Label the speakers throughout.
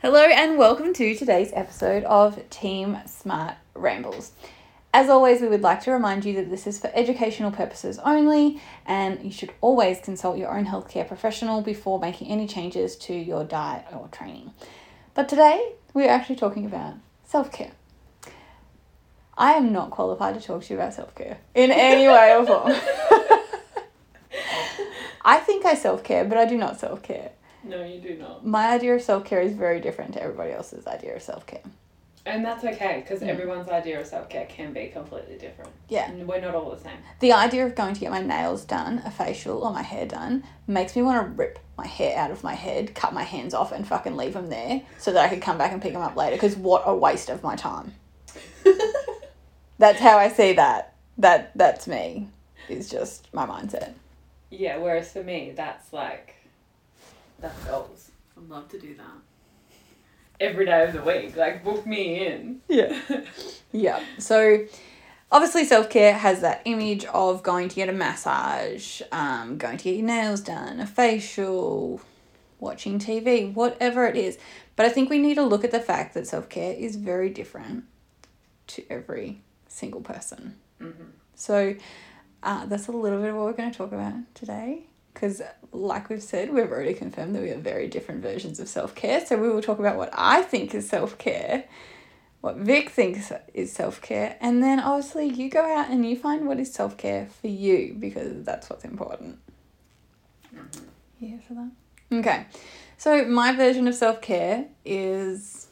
Speaker 1: Hello and welcome to today's episode of Team Smart Rambles. As always, we would like to remind you that this is for educational purposes only, and you should always consult your own healthcare professional before making any changes to your diet or training. But today, we're actually talking about self care. I am not qualified to talk to you about self care in any way or form. I think I self care, but I do not self care.
Speaker 2: No, you do not.
Speaker 1: My idea of self care is very different to everybody else's idea of self care.
Speaker 2: And that's okay because everyone's idea of self care can be completely different.
Speaker 1: Hmm. Yeah.
Speaker 2: And we're not all the same.
Speaker 1: The idea of going to get my nails done, a facial, or my hair done makes me want to rip my hair out of my head, cut my hands off, and fucking leave them there so that I could come back and pick them up later. Because what a waste of my time. That's how I see that. That that's me. Is just my mindset.
Speaker 2: yeah, whereas for me, that's like, that's goals. I'd love to do that. Every day of the week. Like, book me in.
Speaker 1: Yeah. yeah. So obviously self care has that image of going to get a massage, um, going to get your nails done, a facial, watching TV, whatever it is. But I think we need to look at the fact that self care is very different to every single person. So uh, that's a little bit of what we're going to talk about today. Because, like we've said, we've already confirmed that we have very different versions of self care. So, we will talk about what I think is self care what Vic thinks is self care, and then obviously you go out and you find what is self care for you because that's what's important. You here for that? Okay, so my version of self care is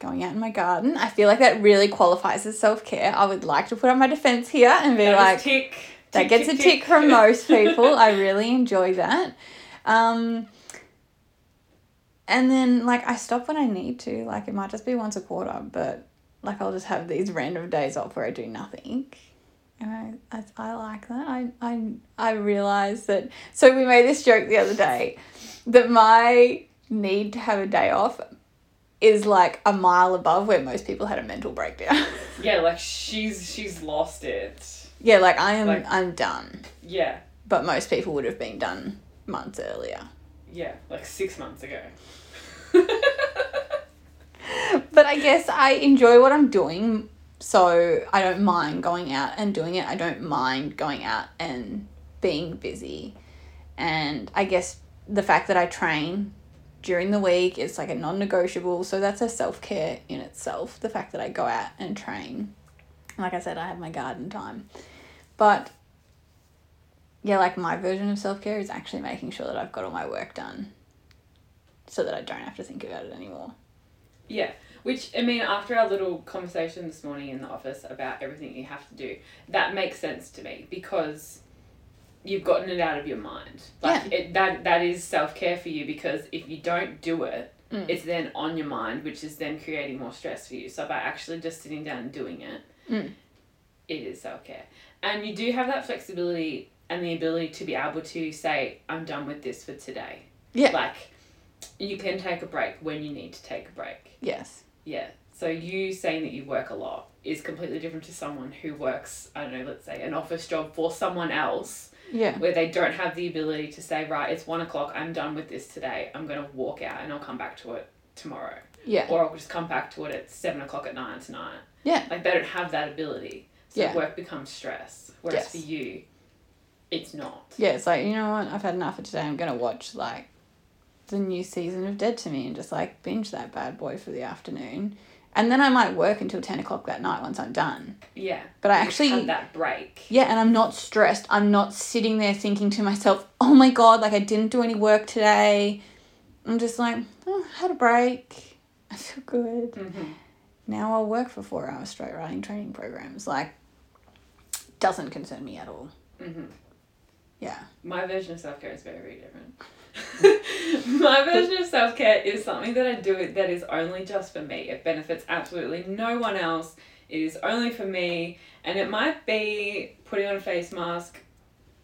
Speaker 1: going out in my garden. I feel like that really qualifies as self care. I would like to put up my defense here and be
Speaker 2: That
Speaker 1: like,
Speaker 2: was tick.
Speaker 1: that
Speaker 2: Tick,
Speaker 1: gets a tick from most people. I really enjoy that. Um, and then, like, I stop when I need to. Like, it might just be once a quarter, but like, I'll just have these random days off where I do nothing. And I, I, I like that. I, I, I realize that. So, we made this joke the other day that my need to have a day off is like a mile above where most people had a mental breakdown.
Speaker 2: Yeah, like she's she's lost it.
Speaker 1: yeah, like, I am,
Speaker 2: Like-
Speaker 1: I'm done.
Speaker 2: Yeah,
Speaker 1: but most people would have been done months earlier.
Speaker 2: yeah, like six months ago.
Speaker 1: But I guess I enjoy what I'm doing, so I don't mind going out and doing it. I don't mind going out and being busy. And I guess the fact that I train during the week is like a non negotiable, so that's a self care in itself. The fact that I go out and train. Like I said, I have my garden time. But yeah, like my version of self care is actually making sure that I've got all my work done so that I don't have to think about it anymore.
Speaker 2: Yeah, which I mean, after our little conversation this morning in the office about everything you have to do, that makes sense to me because you've gotten it out of your mind. Like it, that that is self care for you because if you don't do it, it's then on your mind, which is then creating more stress for you. So by actually just sitting down and doing it, it is self care, and you do have that flexibility and the ability to be able to say, "I'm done with this for today."
Speaker 1: Yeah.
Speaker 2: like you can take a break when you need to take a break.
Speaker 1: Yes.
Speaker 2: Yeah. So you saying that you work a lot is completely different to someone who works, I don't know, let's say an office job for someone else
Speaker 1: Yeah.
Speaker 2: where they don't have the ability to say, right, it's one o'clock, I'm done with this today, I'm gonna walk out and I'll come back to it tomorrow.
Speaker 1: Yeah.
Speaker 2: Or I'll just come back to it at seven o'clock at night tonight.
Speaker 1: yeah.
Speaker 2: Like they don't have that ability. So
Speaker 1: Yeah.
Speaker 2: work becomes stress. Whereas
Speaker 1: Yes.
Speaker 2: for you, it's not.
Speaker 1: Yeah. It's like, you know what? I've had enough of today. I'm going to watch, like, the new season of Dead to Me and just, like, binge that bad boy for the afternoon. And then I might work until 10 o'clock that night once I'm done.
Speaker 2: Yeah.
Speaker 1: But I
Speaker 2: You just
Speaker 1: actually-
Speaker 2: have that break.
Speaker 1: Yeah. And I'm not stressed. I'm not sitting there thinking to myself, oh my God, like, I didn't do any work today. I'm just like, oh, I had a break. I feel good.
Speaker 2: Mm-hmm.
Speaker 1: Now I'll work for four hours straight running training programs. Like, doesn't concern me at all.
Speaker 2: Mhm.
Speaker 1: Yeah.
Speaker 2: My version of self care is very, very different. My version of self care is something that I do that is only just for me. It benefits absolutely no one else. It is only for me, and it might be putting on a face mask,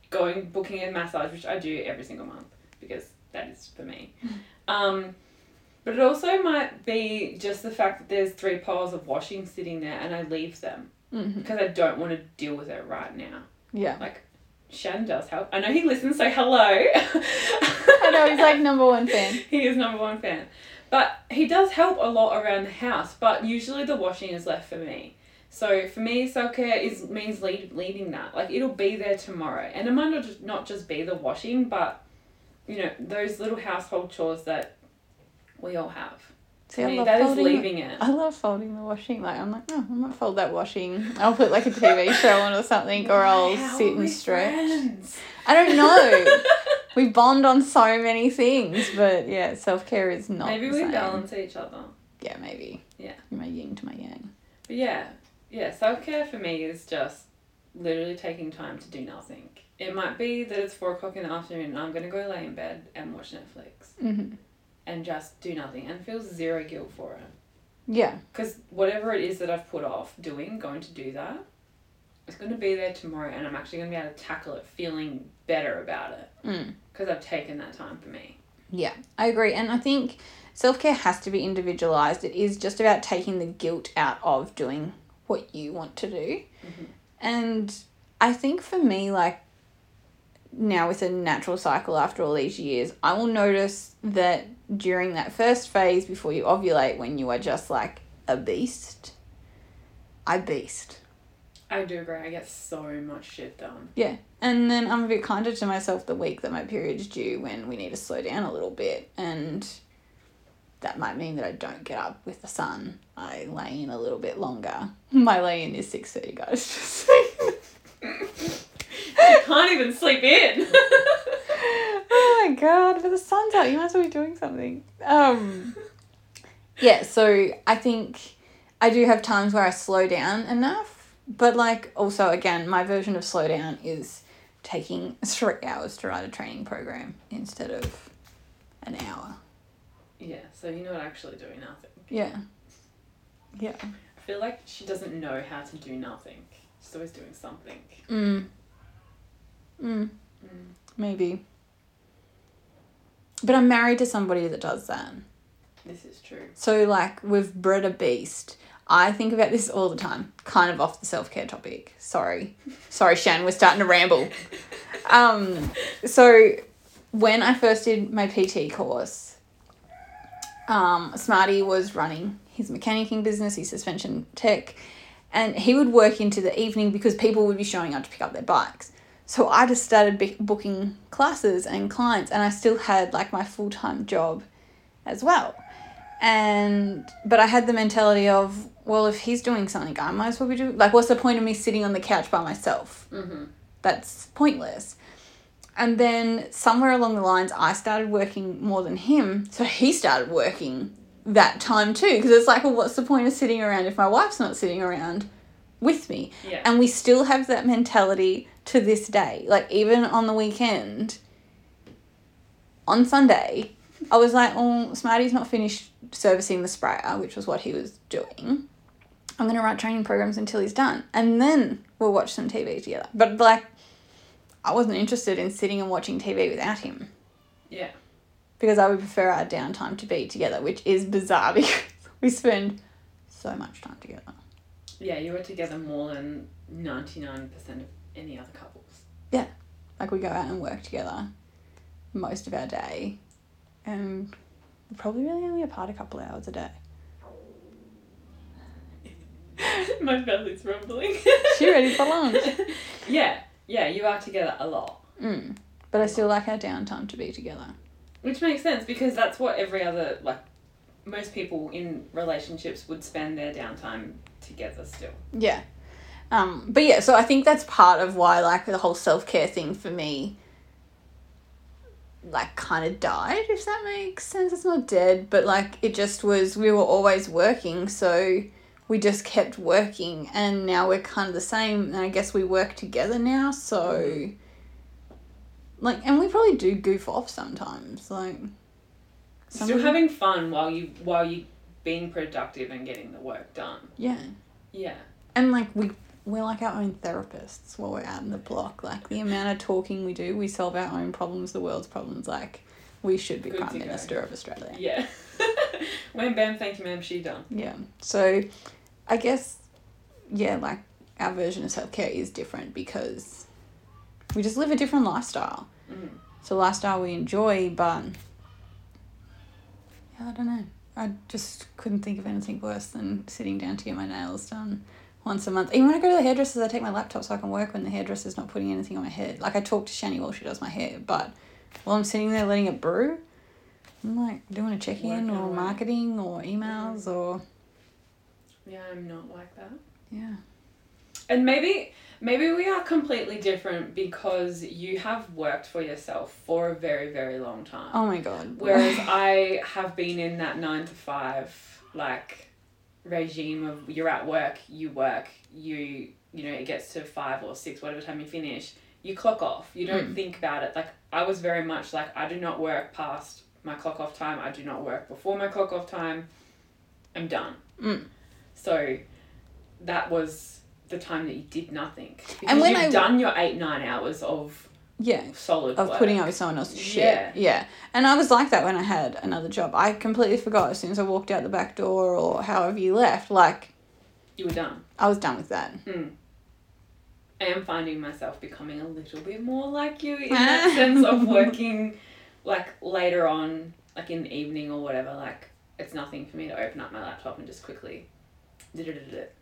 Speaker 2: going booking a massage, which I do every single month because that is for me. Um, but it also might be just the fact that there's three piles of washing sitting there, and I leave them
Speaker 1: Mm-hmm.
Speaker 2: because I don't want to deal with it right now
Speaker 1: Yeah.
Speaker 2: like Shan does help. I know he listens, so hello.
Speaker 1: I know he's like number one fan.
Speaker 2: he is number one fan. But he does help a lot around the house, but usually the washing is left for me. So for me, self-care is means lead, leading that. Like it'll be there tomorrow. And it might not just, not just be the washing, but you know, those little household chores that we all have.
Speaker 1: See,
Speaker 2: I
Speaker 1: I
Speaker 2: mean,
Speaker 1: love
Speaker 2: that is
Speaker 1: folding.
Speaker 2: leaving it.
Speaker 1: I love folding the washing. Like I'm like, oh, I might fold that washing. I'll put like a TV show on or something, or I'll
Speaker 2: Wow,
Speaker 1: sit
Speaker 2: we're
Speaker 1: and stretch.
Speaker 2: friends.
Speaker 1: I don't know. we bond on so many things, but yeah, self care is not.
Speaker 2: Maybe
Speaker 1: the
Speaker 2: we
Speaker 1: same.
Speaker 2: balance each other.
Speaker 1: Yeah, maybe.
Speaker 2: Yeah.
Speaker 1: My yin to my yang.
Speaker 2: But yeah, yeah, self care for me is just literally taking time to do nothing. It might be that it's four o'clock in the afternoon and I'm gonna go lay in bed and watch Netflix
Speaker 1: hmm
Speaker 2: and just do nothing and feel zero guilt for it.
Speaker 1: Yeah.
Speaker 2: Because whatever it is that I've put off doing, going to do that, it's gonna be there tomorrow and I'm actually gonna be able to tackle it feeling better about it
Speaker 1: Mm.
Speaker 2: because I've taken that time for me.
Speaker 1: Yeah, I agree. And I think self care has to be individualized. It is just about taking the guilt out of doing what you want to do. And I think for me, like, now with a natural cycle after all these years, I will notice that during that first phase before you ovulate, when you are just like a beast, I beast.
Speaker 2: I do agree, I get so much shit done.
Speaker 1: Yeah. And then I'm a bit kinder to myself the week that my period's due when we need to slow down a little bit. And that might mean that I don't get up with the sun. I lay in a little bit longer. My lay in is six thirty, guys. just so you know.
Speaker 2: I can't even sleep in.
Speaker 1: oh my god, but the sun's out. You might as well be doing something. Um, yeah, so I think I do have times where I slow down enough, but like also again, my version of slow down is taking three hours to write a training program instead of an hour.
Speaker 2: yeah, so you're not actually doing nothing.
Speaker 1: Yeah. Yeah.
Speaker 2: I feel like she doesn't know how to do nothing. She's always doing something.
Speaker 1: Mm. Mm. Maybe. But I'm married to somebody that does that.
Speaker 2: This is true.
Speaker 1: So, like, we've bred a beast. I think about this all the time, kind of off the self care topic. Sorry. Sorry, Shan, we're starting to ramble. Um, so, when I first did my PT course, um, Smarty was running his mechanicing business, his suspension tech, and he would work into the evening because people would be showing up to pick up their bikes. So I just started be- booking classes and clients, and I still had like my full time job as well. And but I had the mentality of, well, if he's doing something, I might as well be doing. Like, what's the point of me sitting on the couch by myself?
Speaker 2: Mm-hmm.
Speaker 1: That's pointless. And then somewhere along the lines, I started working more than him, so he started working that time too. Because it's like, well, what's the point of sitting around if my wife's not sitting around with me?
Speaker 2: Yeah.
Speaker 1: And we still have that mentality to this day. Like, even on the weekend, on Sunday, I was like, oh, Smarty's not finished servicing the sprayer, which was what he was doing. I'm going to write training programs until he's done. And then we'll watch some TV together. But, like, I wasn't interested in sitting and watching TV without him
Speaker 2: yeah.
Speaker 1: because I would prefer our downtime to be together, which is bizarre because we spend so much time together.
Speaker 2: Yeah, you were together more than 99% of any other couples.
Speaker 1: Like we go out and work together most of our day, and we're probably really only apart a couple hours a day.
Speaker 2: My belly's rumbling.
Speaker 1: She ready for lunch.
Speaker 2: yeah, yeah, you are together a lot.
Speaker 1: Mm. But I still like our downtime to be together.
Speaker 2: Which makes sense because that's what every other, like, most people in relationships would spend their downtime together still.
Speaker 1: Yeah. Um, but yeah, so I think that's part of why like the whole self care thing for me like kind of died, if that makes sense. It's not dead, but like it just was we were always working, so we just kept working and now we're kind of the same and I guess we work together now, so like and we probably do goof off sometimes. Like
Speaker 2: still
Speaker 1: of-
Speaker 2: having fun while you while you being productive and getting the work done.
Speaker 1: yeah.
Speaker 2: Yeah.
Speaker 1: And like we we're like our own therapists while we're out in the block. Like the amount of talking we do, we solve our own problems, the world's problems. Like we should be
Speaker 2: Good to
Speaker 1: prime
Speaker 2: go.
Speaker 1: minister of Australia.
Speaker 2: Yeah. Wham bam, thank you, ma'am, she done.
Speaker 1: Yeah. So, I guess, yeah, like our version of self care is different because we just live a different lifestyle.
Speaker 2: Mhm.
Speaker 1: It's a lifestyle we enjoy, but yeah, I don't know. I just couldn't think of anything worse than sitting down to get my nails done once a month. Even when I go to the hairdressers, I take my laptop so I can work when the hairdresser's not putting anything on my head. Like I talk to Shani while she does my hair, but while I'm sitting there letting it brew, I'm like doing a check in
Speaker 2: Working
Speaker 1: or
Speaker 2: away.
Speaker 1: marketing or emails or
Speaker 2: Yeah, I'm not like that.
Speaker 1: yeah.
Speaker 2: And maybe maybe we are completely different because you have worked for yourself for a very very long time.
Speaker 1: Oh my god.
Speaker 2: Whereas I have been in that nine to five like regime of you're at work, you work, you you know, it gets to five or six, whatever time you finish, you clock off. You
Speaker 1: Hmm.
Speaker 2: don't think about it. Like I was very much like I do not work past my clock off time, I do not work before my clock off time. I'm done.
Speaker 1: Mm.
Speaker 2: So that was the time that you did nothing. Because
Speaker 1: And when
Speaker 2: you've
Speaker 1: I-
Speaker 2: done your eight, nine hours of
Speaker 1: yeah.
Speaker 2: solid
Speaker 1: of
Speaker 2: work.
Speaker 1: putting up with someone else's shit.
Speaker 2: Yeah.
Speaker 1: Yeah. And I was like that when I had another job. I completely forgot as soon as I walked out the back door or however you left, like
Speaker 2: you were done.
Speaker 1: I was done with that.
Speaker 2: I am finding myself becoming a little bit more like you in
Speaker 1: Ah.
Speaker 2: that sense of working like later on, like in the evening or whatever, like it's nothing for me to open up my laptop and just quickly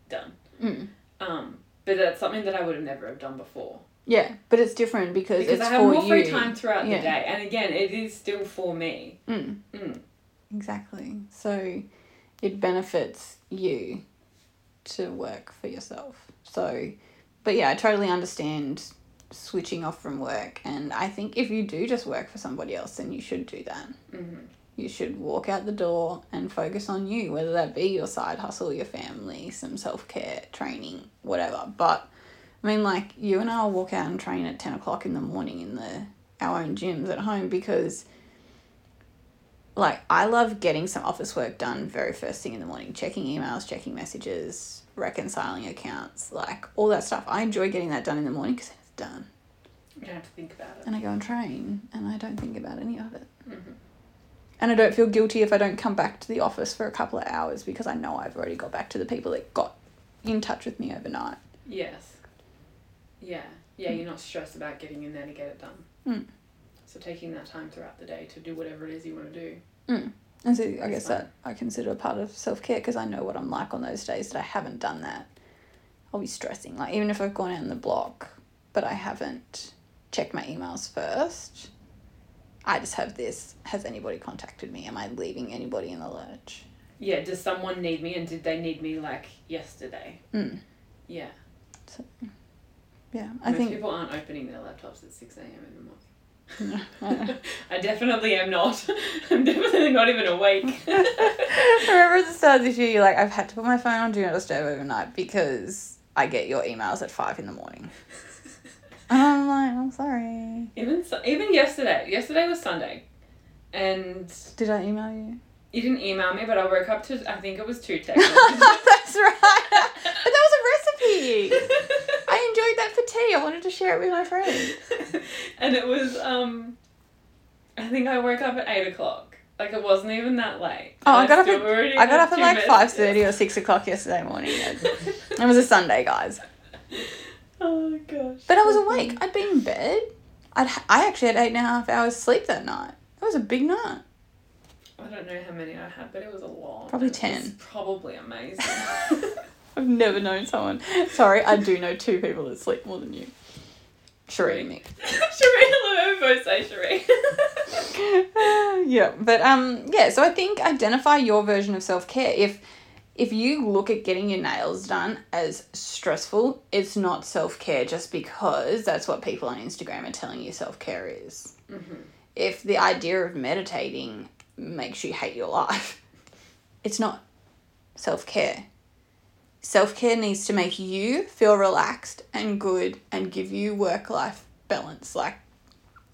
Speaker 2: done.
Speaker 1: Mm.
Speaker 2: Um, but that's something that I would have never have done before.
Speaker 1: Yeah. But it's different because,
Speaker 2: Because
Speaker 1: it's
Speaker 2: I have
Speaker 1: for
Speaker 2: more
Speaker 1: you.
Speaker 2: free time throughout
Speaker 1: Yeah.
Speaker 2: the day. And again, it is still for me.
Speaker 1: Mm.
Speaker 2: Mm.
Speaker 1: Exactly. So it benefits you to work for yourself. So but yeah, I totally understand switching off from work and I think if you do just work for somebody else then you should do that.
Speaker 2: Mhm.
Speaker 1: You should walk out the door and focus on you, whether that be your side hustle, your family, some self care, training, whatever. But I mean, like, you and I will walk out and train at 10 o'clock in the morning in the our own gyms at home because, like, I love getting some office work done very first thing in the morning, checking emails, checking messages, reconciling accounts, like, all that stuff. I enjoy getting that done in the morning because it's done.
Speaker 2: You don't have to think about it.
Speaker 1: And I go and train and I don't think about any of it. And I don't feel guilty if I don't come back to the office for a couple of hours because I know I've already got back to the people that got in touch with me overnight.
Speaker 2: Yes. Yeah. Yeah, you're not stressed about getting in there to get it done.
Speaker 1: Mm.
Speaker 2: So taking that time throughout the day to do whatever it is you want to do.
Speaker 1: And so I
Speaker 2: That's
Speaker 1: guess
Speaker 2: fine.
Speaker 1: that I consider a part of self care because I know what I'm like on those days that I haven't done that. I'll be stressing. Like, even if I've gone out in the block, but I haven't checked my emails first, I just have this. Has anybody contacted me? Am I leaving anybody in the lurch?
Speaker 2: Yeah, does someone need me and did they need me like yesterday?
Speaker 1: Mm.
Speaker 2: Yeah.
Speaker 1: Yeah, I
Speaker 2: Most
Speaker 1: think.
Speaker 2: people aren't opening their laptops at 6 a.m. in the morning.
Speaker 1: I don't know.
Speaker 2: I definitely am not. I'm definitely not even awake.
Speaker 1: I remember at the start of this year, you're like, I've had to put my phone on Do Not Disturb overnight because I get your emails at five in the morning. And I'm like, I'm sorry.
Speaker 2: even so, even yesterday. Yesterday was Sunday. And
Speaker 1: Did I email you?
Speaker 2: you didn't email me, but I woke up to, I think it was two texts.
Speaker 1: That's right. But that was a recipe. I enjoyed that for tea. I wanted to share it with my friends.
Speaker 2: and it was, um, I think I woke up at 8 o'clock. Like it wasn't even that late.
Speaker 1: Oh, I
Speaker 2: And
Speaker 1: got up
Speaker 2: still
Speaker 1: at-
Speaker 2: already
Speaker 1: I got
Speaker 2: had
Speaker 1: up at
Speaker 2: two
Speaker 1: like
Speaker 2: messages.
Speaker 1: five thirty or six o'clock yesterday morning. It it was a Sunday, guys.
Speaker 2: oh gosh.
Speaker 1: But I was awake. I'd been in bed. I'd ha- I actually had eight and a half hours sleep that night. That was a big night.
Speaker 2: I don't know how many I had, but it was a lot.
Speaker 1: Probably
Speaker 2: It was
Speaker 1: 10.
Speaker 2: Probably amazing.
Speaker 1: I've never known someone. Sorry, I do know two people that sleep more than you. Sheree and Nick.
Speaker 2: Sheree, hello, both say Sheree.
Speaker 1: yeah, but um, yeah. So I think identify your version of self care. If if you look at getting your nails done as stressful, it's not self care just because that's what people on Instagram are telling you self care is. If the idea of meditating makes you hate your life, it's not self care. Self care needs to make you feel relaxed and good and give you work life balance. Like,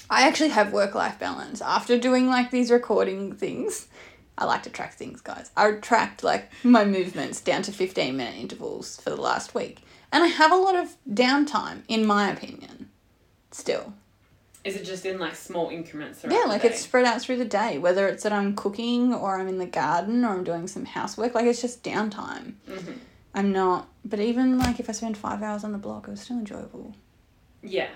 Speaker 1: I actually have work life balance. After doing like these recording things, I like to track things, guys. I tracked like my movements down to 15 minute intervals for the last week. And I have a lot of downtime, in my opinion, still.
Speaker 2: Is it just in like small increments? throughout
Speaker 1: Yeah,
Speaker 2: the
Speaker 1: like
Speaker 2: day?
Speaker 1: it's spread out through the day, whether it's that I'm cooking or I'm in the garden or I'm doing some housework. Like it's just downtime.
Speaker 2: Mhm.
Speaker 1: I'm not, but even like if I spend five hours on the block, it was still enjoyable.
Speaker 2: Yeah.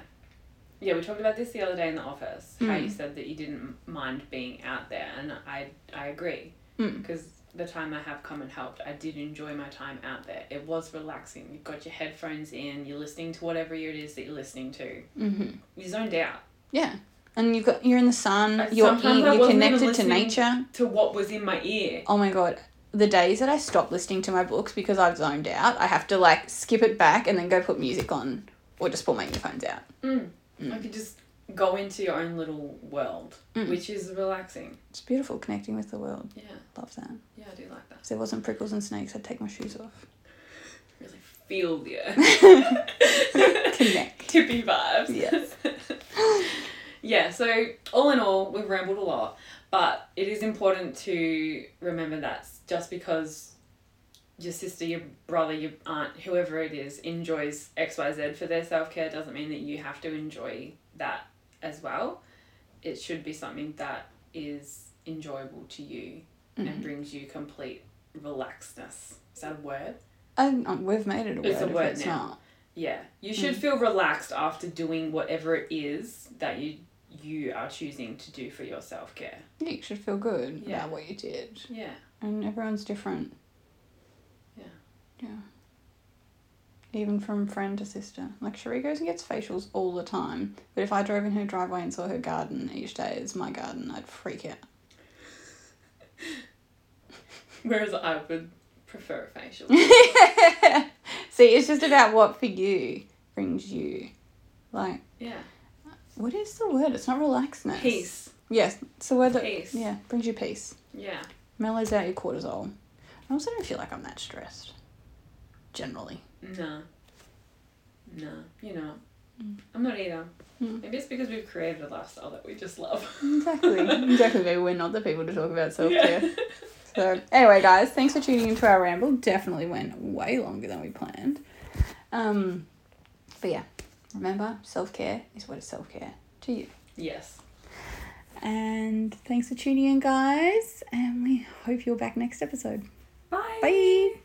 Speaker 2: yeah, we talked about this the other day in the office. How
Speaker 1: Hmm.
Speaker 2: you said that you didn't mind being out there, and I I agree
Speaker 1: Mm.
Speaker 2: because the time I have come and helped, I did enjoy my time out there. It was relaxing. You've got your headphones in. You're listening to whatever it is that you're listening to.
Speaker 1: Mm-hmm.
Speaker 2: You zoned out
Speaker 1: Yeah. And you've got you're in the sun.
Speaker 2: Uh,
Speaker 1: You're
Speaker 2: sometimes
Speaker 1: in,
Speaker 2: I
Speaker 1: you're
Speaker 2: wasn't even
Speaker 1: connected to
Speaker 2: listening.
Speaker 1: nature.
Speaker 2: to what was in my ear.
Speaker 1: Oh my god. The days that I stop listening to my books because I've zoned out, I have to like skip it back and then go put music on or just pull my earphones out.
Speaker 2: Mm. I could just go into your own little world,
Speaker 1: Mm.
Speaker 2: which is relaxing.
Speaker 1: It's beautiful connecting with the world.
Speaker 2: Yeah,
Speaker 1: Love that.
Speaker 2: yeah, I do like that.
Speaker 1: If there wasn't prickles and snakes, I'd take my shoes off.
Speaker 2: Really feel the earth.
Speaker 1: Connect.
Speaker 2: tippy vibes.
Speaker 1: Yes.
Speaker 2: yeah, so all in all, we've rambled a lot, but it is important to remember that just because your sister, your brother, your aunt, whoever it is, enjoys XYZ for their self care doesn't mean that you have to enjoy that as well. It should be something that is enjoyable to you and brings you complete relaxedness. Is that a word?
Speaker 1: And um, we've made it a word.
Speaker 2: It's a
Speaker 1: if
Speaker 2: word
Speaker 1: it's
Speaker 2: now.
Speaker 1: not.
Speaker 2: Yeah, you should feel relaxed after doing whatever it is that you you are choosing to do for your self care.
Speaker 1: Yeah, you should feel good
Speaker 2: Yeah.
Speaker 1: about what you did.
Speaker 2: Yeah,
Speaker 1: And everyone's different.
Speaker 2: Yeah.
Speaker 1: Yeah. Even from friend to sister. Like Cherie goes and gets facials all the time. But if I drove in her driveway and saw her garden each day as my garden, I'd freak out.
Speaker 2: whereas I would prefer a facial.
Speaker 1: See, it's just about what for you brings you. Like,
Speaker 2: yeah,
Speaker 1: what is the word? It's not relaxness.
Speaker 2: peace.
Speaker 1: Yes, it's the word that
Speaker 2: Peace.
Speaker 1: yeah, brings you peace.
Speaker 2: Yeah,
Speaker 1: Mellows out your cortisol. I also don't feel like I'm that stressed. Generally.
Speaker 2: no, no, you know, I'm not either.
Speaker 1: Mm.
Speaker 2: Maybe it's because we've created a lifestyle that we just love.
Speaker 1: Exactly. exactly. Maybe we're not the people to talk about self care.
Speaker 2: Yeah.
Speaker 1: So anyway, guys, thanks for tuning into our ramble. Definitely went way longer than we planned. Um, but yeah, remember self care is what is self care to you.
Speaker 2: Yes.
Speaker 1: And thanks for tuning in, guys. And we hope you're back next episode.
Speaker 2: Bye.
Speaker 1: Bye.